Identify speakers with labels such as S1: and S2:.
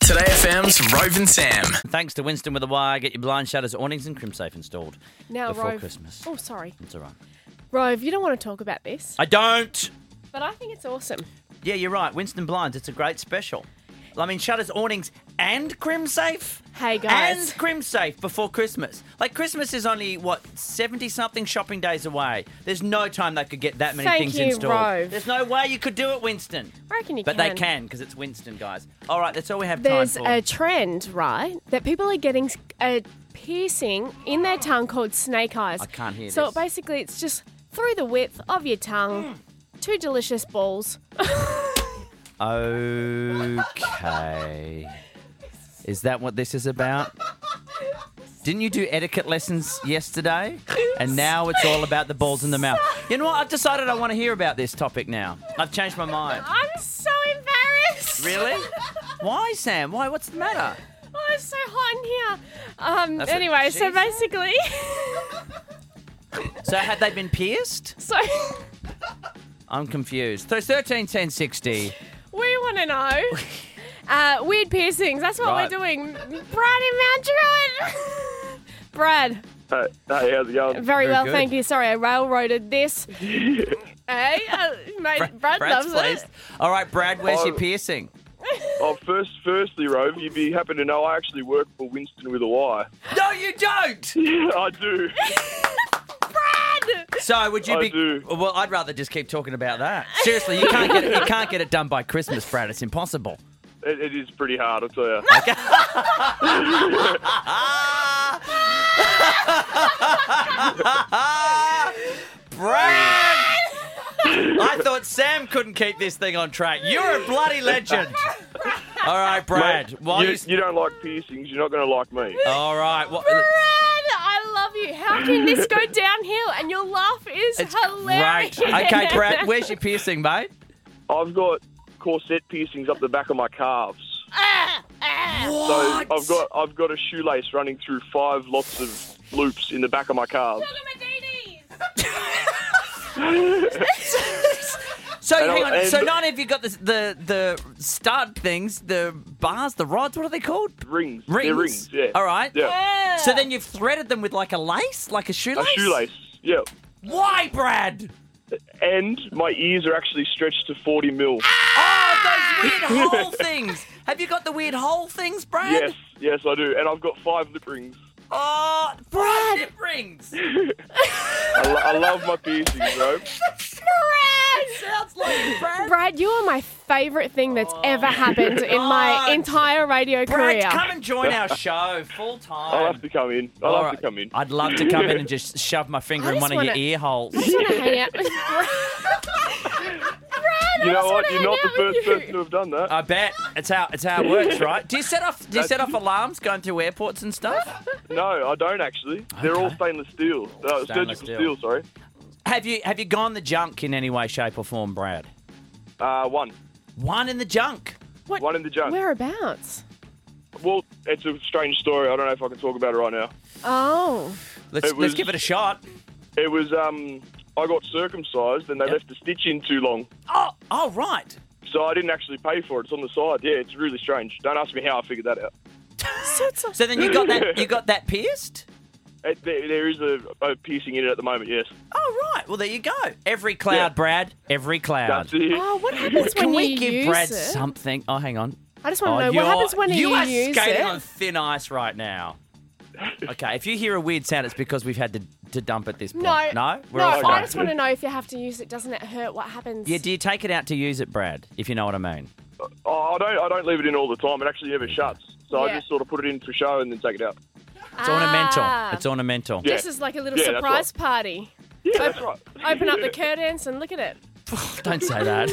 S1: Today FM's Rove and Sam.
S2: Thanks to Winston with a wire. Get your blind shutters, awnings, and crimsafe installed
S3: Now,
S2: before
S3: Rove.
S2: Christmas.
S3: Oh, sorry.
S2: It's all right.
S3: Rove, you don't want to talk about this,
S2: I don't.
S3: but I think it's awesome.
S2: Yeah, you're right. Winston Blinds. It's a great special. I mean, shutters, awnings, and crimsafe.
S3: Hey, guys.
S2: And crimsafe before Christmas. Like Christmas is only what seventy something shopping days away. There's no time they could get that many
S3: Thank
S2: things
S3: you,
S2: installed.
S3: Rove.
S2: There's no way you could do it, Winston.
S3: I reckon you
S2: But
S3: can.
S2: they can because it's Winston, guys. All right, that's all we have
S3: There's
S2: time for.
S3: a trend, right, that people are getting s- a piercing in their tongue called snake eyes.
S2: I can't hear
S3: So
S2: this.
S3: basically, it's just through the width of your tongue,
S2: Mm.
S3: two delicious balls.
S2: Okay. Is that what this is about? Didn't you do etiquette lessons yesterday? And now it's all about the balls in the mouth. You know what? I've decided I want to hear about this topic now. I've changed my mind.
S3: I'm so embarrassed.
S2: Really? Why, Sam? Why? What's the matter?
S3: Oh, it's so hot in here. Um,
S2: That's what
S3: anyway,
S2: she
S3: so
S2: said.
S3: basically,
S2: So, had they been pierced?
S3: so
S2: I'm confused. So, 13, 10, 60.
S3: we want to know uh, weird piercings. That's what
S2: Right.
S3: we're doing. Brad in Mount Druitt. Brad,
S4: Hey, hey, how's it going?
S3: very,
S2: Very
S3: well,
S2: good.
S3: thank you. Sorry, I railroaded this. hey, uh, mate, Brad
S2: Brad's
S3: loves
S2: pleased.
S3: it.
S2: All right, Brad, where's your
S4: Oh.
S2: piercing?
S4: Oh, first, firstly, Rove, you'd be happy to know I actually work for Winston with a Y.
S2: No, you don't!
S4: Yeah, I do.
S3: Brad!
S2: So would you
S4: I
S2: be?
S4: do.
S2: Well, I'd rather just keep talking about that. Seriously, you can't get it, you can't get it done by Christmas, Brad. It's impossible.
S4: It, it is pretty hard, I'll tell you.
S2: Brad, I thought Sam couldn't keep this thing on track. You're a bloody legend. All right, Brad.
S4: Mate,
S2: Why
S4: you,
S2: you?
S4: you don't like piercings, you're not going to like me.
S2: All right. What,
S3: Brad, I love you. How can this go downhill? And your laugh is
S2: it's
S3: hilarious.
S2: great. Okay, Brad. Where's your piercing, mate?
S4: I've got corset piercings up the back of my calves.
S3: Ah, ah.
S4: So I've got I've got a shoelace running through five lots of loops in the back of my calves.
S2: So
S4: And
S2: hang
S4: I'll-
S2: on. So
S4: and-
S2: not only have you got the the the start things, the bars, the rods. What are they called?
S4: Rings.
S2: Rings.
S4: They're rings, yeah.
S2: All right.
S4: Yeah.
S2: So then you've threaded them with like a lace, like a
S4: A
S2: shoelace.
S4: shoelace. Yeah.
S2: Why, Brad?
S4: And my ears are actually stretched to 40 mil.
S2: Ah! Oh, those weird hole things. Have you got the weird hole things, Brad?
S4: Yes, yes, I do. And I've got five lip rings.
S2: Oh, Brad lip rings.
S4: I, lo- I love my piercings, bro.
S2: Sounds like Brad.
S3: Brad, you are my favourite thing that's ever happened in
S2: Oh. God.
S3: my entire radio
S2: Brad,
S3: career.
S2: come and join our show full time.
S4: I'll have to come in. I'll have to come in.
S2: would love to come in and just shove my finger
S3: I
S2: in
S3: just
S2: one of
S3: wanna-
S2: your ear holes.
S3: I just want to hang out with Brad. Brad,
S4: you
S3: I
S4: know
S3: just
S4: what?
S3: wanna
S4: You're
S3: hang
S4: not the
S3: out
S4: first
S3: with
S4: person
S3: you.
S4: to have done that.
S2: I bet it's how it's how it works, right? Do you set off do you set off alarms going through airports and stuff?
S4: no, I don't actually. They're all
S2: Okay.
S4: stainless steel. Uh,
S2: Stainless
S4: surgical
S2: steel.
S4: steel. sorry.
S2: Have you have you gone the junk in any way, shape, or form, Brad?
S4: Uh, one.
S2: One in the junk.
S3: What?
S4: One in the junk.
S3: Whereabouts?
S4: Well, it's a strange story. I don't know if I can talk about it right now.
S3: Oh.
S2: Let's let's
S4: It was-
S2: give it a shot.
S4: It was um, I got circumcised and they left the stitch in too long,
S2: Oh, oh right.
S4: so I didn't actually pay for it. It's on the side. Yeah, it's really strange. Don't ask me how I figured that out.
S3: So it's
S2: So then you got that you got that pierced?
S4: It, there, there is a, a piercing in it at the moment. Yes,
S2: Oh right. Well there you go. Every cloud,
S4: Yeah.
S2: Brad. Every cloud.
S4: that's it.
S3: oh, what happens
S2: Can
S3: when
S2: we
S3: you
S2: give
S3: use
S2: Brad
S3: it?
S2: something? Oh hang on.
S3: I just want to
S2: Oh,
S3: know what
S2: you're-
S3: happens when you,
S2: you are
S3: use
S2: skating
S3: it.
S2: on thin ice right now. Okay, if you hear a weird sound, it's because we've had to, to dump at this point.
S3: no,
S2: no, we're
S3: no.
S2: all fine.
S3: I just want to know if you have to use it. Doesn't it hurt? What happens?
S2: Yeah, do you take it out to use it, Brad? If you know what I mean.
S4: Oh, I don't. I don't leave it in all the time. It actually never shuts. So
S3: Yeah.
S4: I just sort of put it in for show and then take it out.
S2: It's ornamental.
S3: Ah.
S2: It's ornamental.
S4: Yeah.
S3: This is like a little
S4: Yeah, that's
S3: surprise party.
S4: Yeah, that's right.
S3: Open up the curtains and look at it.
S2: Don't say that.